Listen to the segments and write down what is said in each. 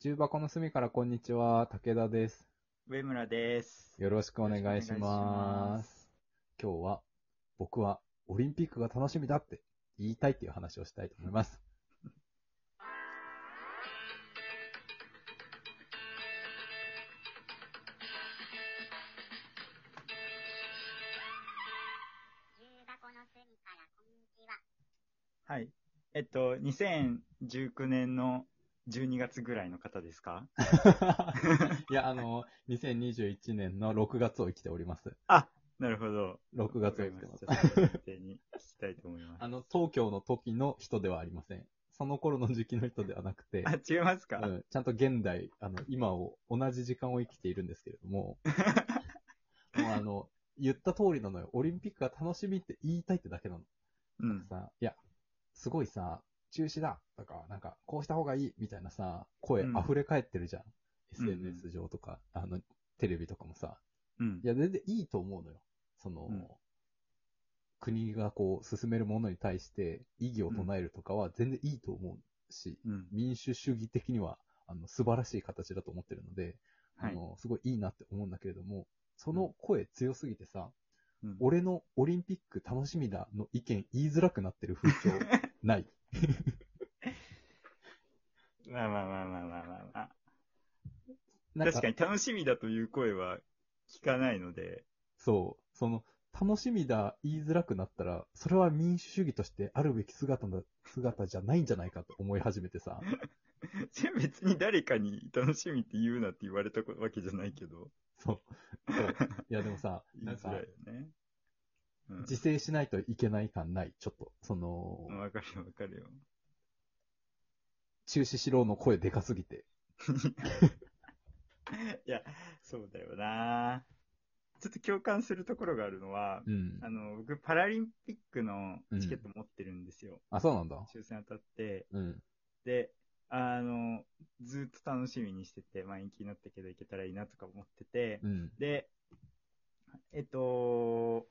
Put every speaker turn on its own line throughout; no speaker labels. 中箱の隅からこんにちは、武田です。
上村です。
よろしくお願いし
よろしくお願
ま。
いします
今日は、僕はオリンピックが楽しみだって言いたいっていう話をしたいと思い ます。
重箱の隅からこんにちは。
はい。えっと、2019年の12月ぐらいの方で すか
いや、あの、2021年の6月を生きております。
あ、なるほど。
6月を生きて
わかり
ま
ますし。た。ちょっと冷静に聞きたいと思います。
あの、東京の時の人ではありません。その頃の時期の人ではなくて、
あ、違いますか、
うん、ちゃんと現代、あの、今を、同じ時間を生きているんですけれど も、もうあの、言った通りなのよ。オリンピックが楽しみって言いたいってだけなの。
うん。
さ、いや、すごいさ、中止だとか、なんか、こうした方がいいみたいなさ、声
うん
溢れ返ってるじゃん。
うんうん
SNS 上とか、あの、テレビとかもさ。
うん
い。や、全然いいと思うのよ。その、
うん
国がこう、進めるものに対して、異議を唱えるとかは全然いいと思うし、
うん。
民主主義的には、あの、素晴らしい形だと思ってるので、
は
あ
い。
の、すごいいいなって思うんだけれども、その声強すぎてさ、
うん
俺のオリンピック楽しみだの意見言いづらくなってる風 潮ない。
まあまあまあまあまあまあまあ。
なん
確かに楽しみだという声は聞かないので、
そう。その、楽しみだ言いづらくなったら、それは民主主義としてあるべき姿だ、姿じゃないんじゃないかと思い始めてさ。
じゃあ別に誰かに楽しみって言うなって言われたわけじゃないけど、、
そう。そういやでもさ
言
ないん
づ
か
らいよ、ね。うん
自制しないといけない感ない。ちょっと、その、
わかるよ、わかるよ。
中止しろの声でかすぎて。
いや、そうだよなちょっと共感するところがあるのは、
うん
あ。の、僕、パラリンピックのチケット持ってるんですよ。
あ、そうなんだ。
抽選当たって。
うん。
で、あの、ずっと楽しみにしてて、まあ、延期になったけど行けたらいいなとか思ってて、
うん。
で、えっと、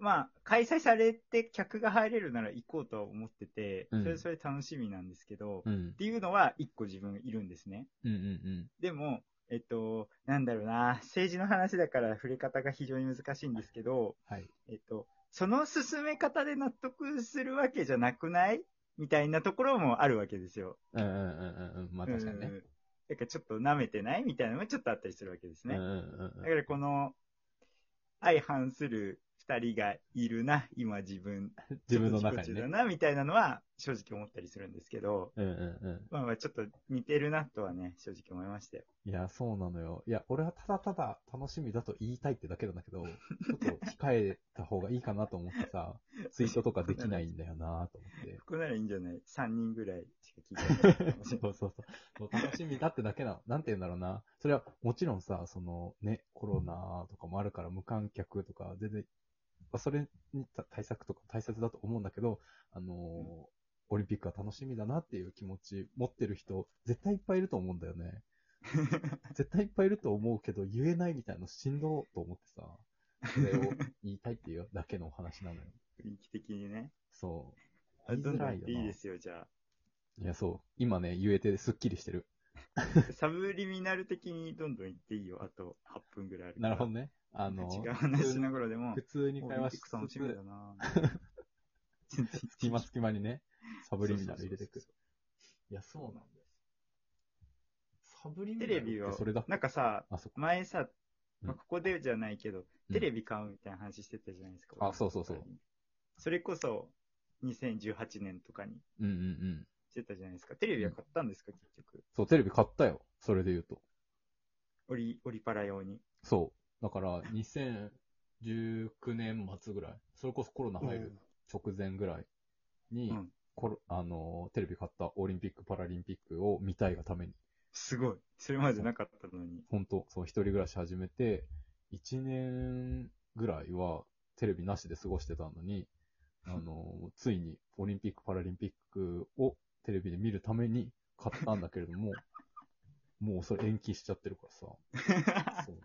まあ、開催されて客が入れるなら行こうとは思ってて、
うん
それそれ楽しみなんですけど、
う
っ
ん。
ていうのは一個自分いるんですね。
うんうん
でも、えっと、なんだろうな、政治の話だから触れ方が非常に難しいんですけど、
はい。
えっと、その進め方で納得するわけじゃなくないみたいなところもあるわけですよ。
うんうんうんうん。まあ確かに
う
ね。
ん。だからちょっと舐めてないみたいなのもちょっとあったりするわけです
うんう
ね。
ん
だからこの、相反する二人がいるな、今自分。
うん。自分の中
自
に
分だ
ね。
な、みたいなのは正直思ったりするんですけど、
うんうんう
まあまあちょっと似てるなとはね、正直思いましたよ。
ん。いや、そうなのよ。いや、俺はただただ楽しみだと言いたいってだけなんだけど、ちょっと控えた方がいいかなと思ってさ、ツイートとかできないんだよなと思って。
ここならいいんじゃない ?3 人ぐらいしか聞いてないかも
そ
しれ
う
な
そ
い。
うそう。もう楽しみだってだけなの。なんて言うんだろうな。それはもちろんさ、そのね、コロナとかもあるから無観客とか、全然、まあそれにた対策とか大切だと思うんだけど、あのーオリンピックは楽しみだなっていう気持ち持ってる人、絶対いっぱいいると思うんだよ ね。絶対いっぱいいると思うけど、言えないみたいなのしんどいと思ってさ、それを言いたいっていうだけのお話なのよ。
雰囲気的に ね。
そう。
あ
言いづらいよな
どんどんいいですよ、じゃ
いや、そう。今ね、言えてすっきりしてる。
あ。サブリミナル的にどんどん行っていいよ。あと8分ぐらいあるか
な
ら。
るほどね。あのー
違う話の頃でも
普、通に
もう
会話し
オリンピ
つ
ック楽しみ
つ
だ、な全然
隙間隙間にね、サ
サ
ブリミナル入れてくる。。いや、そうなんです。サブリミナル
テレビは
ってそれだっけ
なんかさ、
あ、そっか。
前さ、ま
う
あ、
ん
ここでじゃないけど、
ん
テレビ買うみたいな話してたじゃないですか。
あそうそうそう。
それこそ、2018年とかに
うんうんうん。
してたじゃないですか。テレビは買ったんですか、結局。
そう、テレビ買ったよ。それで言うと。
オリ、オリパラ用に。
そう。だから、2019年末ぐらい。それこそコロナ入る直前ぐらいに、
うん
コロあの、テレビ買ったオリンピック、パラリンピックを見たいがために。
すごい。それまでなかった のに。
本当そう、一人暮らし始めて、一年ぐらいはテレビなしで過ごしてたのに、あの、ついにオリンピック・パラリンピックをテレビで見るために買ったんだけれども、もうそれ延期しちゃってるからさ。そう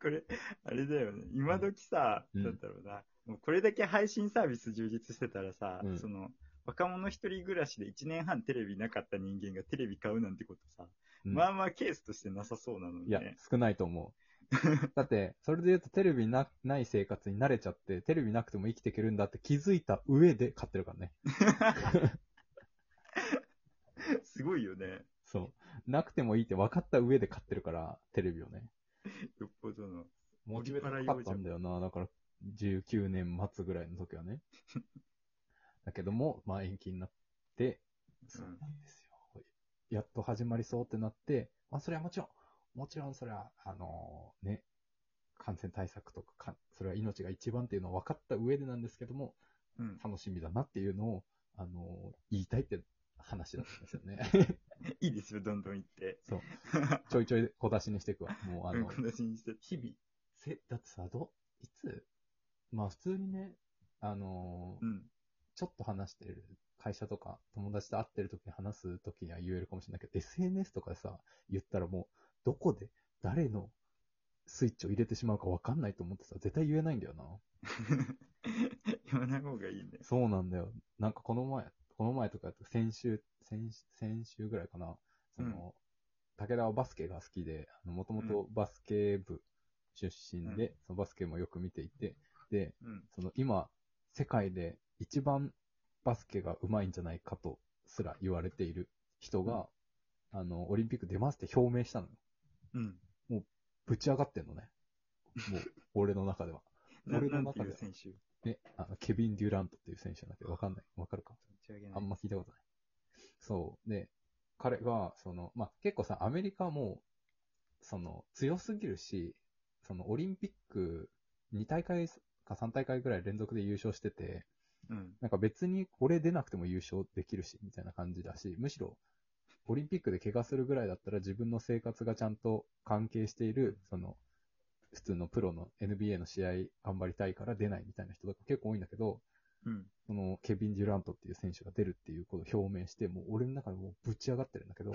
これ、あれだよね。今時さ、
うん
なんだろうな。もうこれだけ配信サービス充実してたらさ、
うん
その、若者一人暮らしで1年半テレビなかった人間がテレビ買うなんてことさ、
うん
まあまあケースとしてなさそうなのに
いや
ね。、
少ないと思う。だって、それで言うとテレビなない生活に慣れちゃって、テレビなくても生きていけるんだって気づいた上で買ってるからね。
すごいよね。
そう。なくてもいいって分かった上で買ってるから、テレビをね。
よっぽどの。
モチベ高かったんだよな。だから、19年末ぐらいの時はね。だけども、まあ延期になって、そうなんですよ。やっと始まりそうってなって、まあそれはもちろん、もちろんそれは、あのね、感染対策とかか、それは命が一番っていうのを分かった上でなんですけども、
うん。
楽しみだなっていうのを、あの言いたいって話だったんですよね。
いいですよ、どんどん行って。
そう。ちょいちょい小出しにしていくわ。もうあ
うん
の、
こんな感じにして。
日々、せ、だってさ、ど、いつ、まあ普通にね、あのー
うん。
ちょっと話してる会社とか、友達と会ってる時に話す時には言えるかもしれないけど、SNS とかでさ、言ったらもう、どこで、誰のスイッチを入れてしまうか分かんないと思ってさ、絶対言えないんだよな。
言わない方がいいね。
そうなんだよ。なんかこの前、この前とか、先週、先先週ぐらいかな、その、武田はバスケが好きで、もともとバスケ部出身で、そのバスケもよく見ていて、で、
うん。
その今、世界で一番バスケが上手いんじゃないかとすら言われている人が、あの、オリンピック出ますって表明したのよ。
うん。
ぶち上がってんのね。もう、俺の中では。
な
俺の
なんて
中
い
で
う
は
選手
ね、あの、ケビン・デュラントっていう選手なんだけど、わかんない。わかるか
存じ上げな
あ
い
んま聞いたことない。そう。で、彼が、その、まあ、結構さ、アメリカはもう、その、強すぎるし、その、オリンピック2大会か3大会ぐらい連続で優勝してて、
うん。
なんか別にこれ出なくても優勝できるし、みたいな感じだし、むしろ、オリンピックで怪我するぐらいだったら自分の生活がちゃんと関係している、その、普通のプロの NBA の試合頑張りたいから出ないみたいな人とか結構多いんだけど、
うん。
そのケビン・デュラントっていう選手が出るっていうことを表明して、もう俺の中でもうぶち上がってるん だけど、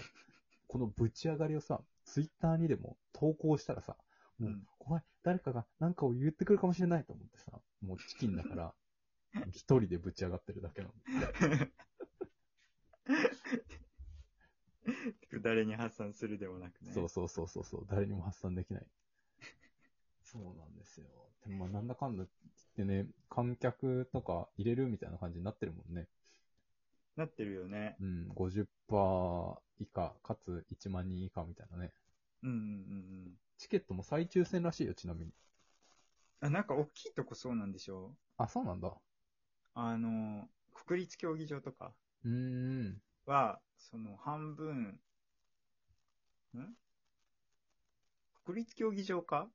このぶち上がりをさ、ツイッターにでも投稿したらさ、も
う
うん怖い、誰かが何かを言ってくるかもしれないと思ってさ、もうチキンだから、一人でぶち上がってるだけなの。
誰に発散するでもなくね。
そうそうそうそうそう、誰にも発散できない。そうなんですよ。でもまあなんだかんだ言ってね、観客とか入れるみたいな感じになってるもんね。
なってるよね。
うん、50%以下、かつ1万人以下みたいなね。
うんうんうんうん。
チケットも再抽選らしいよ、ちなみに。
あ、なんか大きいとこそうなんでしょ
あ、そうなんだ。
あの、国立競技場とか
うーん。
は、その半分、ん国立競技場か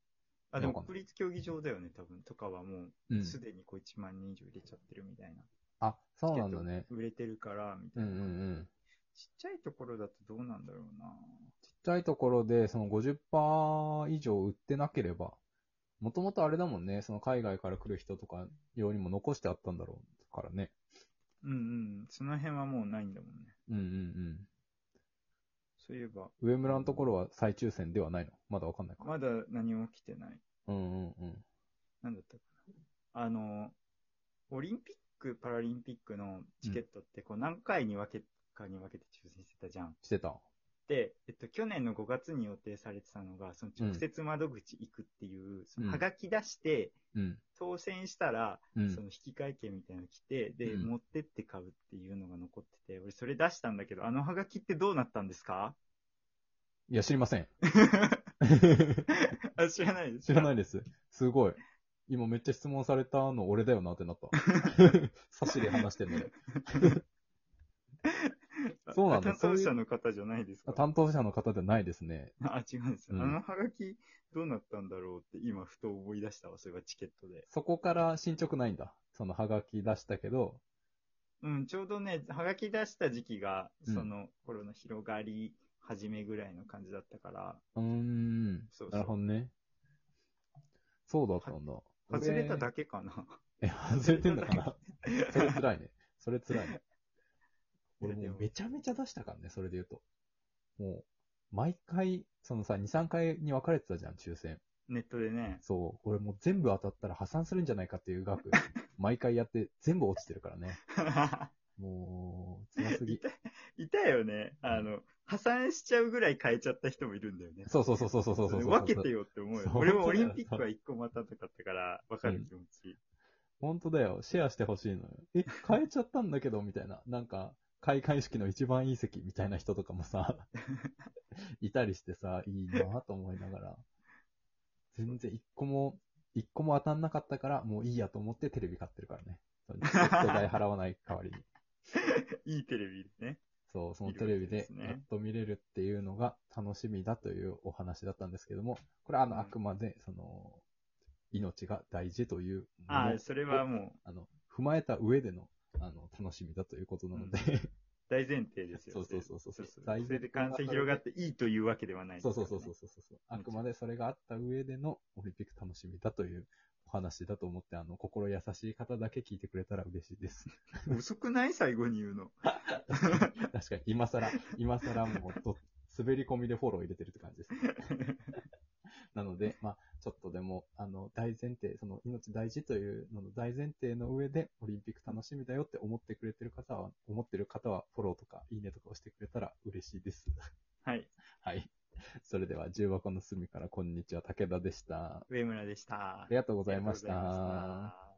あ、で
わか
も
んない
国立競技場だよね、多分。とかはも
う
う、
ん。
すでにこう1万人以上入れちゃってるみたいな。
あ、そうなんだね。
売れてるから、みた
う
い
ん
な。
うんうん。
ちっちゃいところだとどうなんだろうな。
ちっちゃいところで、その50%以上売ってなければ、もともとあれだもんね、その海外から来る人とか用にも残してあったんだろうからね。
うんうん。その辺はもうないんだもんね。
うんうん
そういえば、
うん。上村のところは再抽選ではないのまだわかんないか。
まだ何も来てない。
うんうんうん。
なんだったかな。あの、オリンピック、パラリンピックのチケットって、こう何回に分け、かに分けて抽選してたじゃん。
してた。
で、えっと、去年の5月に予定されてたのが、その直接窓口行くっていう、そのハガキ出して、
うん。
当選したら、
うん。
その引き換え券みたいなの来て、で、
うん
持ってって買うっていうのが残ってて、俺それ出したんだけど、あのハガキってどうなったんで すか
いや、知りませ ん。
あ、知らないです。
知らないです。すごい。今めっちゃ質問されたの俺だよなってなった。 差しで話してんので。
あ
そうなんだ
担当者の方じゃないですか。
担当者の方ではないですね。
あ、違うんですよ。
うん
あのハガキどうなったんだろうって今ふと思い出したわ、それはチケットで。
そこから進捗ないんだ。そのハガキ出したけど、
うん、ちょうどね、ハガキ出した時期が、
うん
その頃の広がり始めぐらいの感じだったから、
うーん。
そうそう
なるほどね。そうだったんだ。
外れただけかな。
け。え、外れてんだかな。それ辛いね。それ辛いね。俺
いやで
もう
も
めちゃめちゃ出したからね、それで言うと。もう、毎回、そのさ、2、3回に分かれてたじゃん、抽選。
ネットでね。
そう、俺もう全部当たったら破産するんじゃないかっていう額、毎回やって全部落ちてるからね。もう、辛すぎ
い。た、いたよね。あの、破産しちゃうぐらい変えちゃった人もいるんだよね。
そうそうそうそうそうそうそうそう。
分けてよって思うよ。
そう
俺もオリンピックは一個も当たんなかったから、わかる気持ち。
本当だよ。シェアしてほしいのよ。え、変えちゃったんだけど、みたいな。なんか、開会式の一番いい席みたいな人とかも さ、いたりしてさ、いいなと思いながら。全然一個も、一個も当たんなかったから、もういいやと思ってテレビ買ってるからね。チケット代払わない代わりに。
いいテレビでね。
そう、そのテレビ
いいで
です
ね
やっと見れるっていうのが楽しみだというお話だったんですけども、これはあ
うん
の、あくまで、その、命が大事というも
あ
の
あ、それはも
あの、踏まえた上での、あの、楽しみだということな ので、
う大前提ですよ。
そうそうそうそう
それそ
大前提
れそれで感染広がっていいというわけではない、
そうそうそうそう
う。
そうそう。あくまでそれがあった上でのオリンピック楽しみだというお話だと思って、あの、心優しい方だけ聞いてくれたら嬉しいです。
遅くない最後に言うの。
確かに、今更、今更もうど、滑り込みでフォロー入れてるって感じです、なので、まあ、ちょっとでも、あの、大前提、その、命大事というのの大前提の上で、オリンピック楽しみだよって思ってくれてる方は、思ってる方は、フォローとか、いいねとか押してくれたら嬉しいです。
はい。
はい。それでは、重箱の隅から、こんにちは、武田でした。
上村でした。あ
ありがとうございまし
りがとうござい
た
ま。した。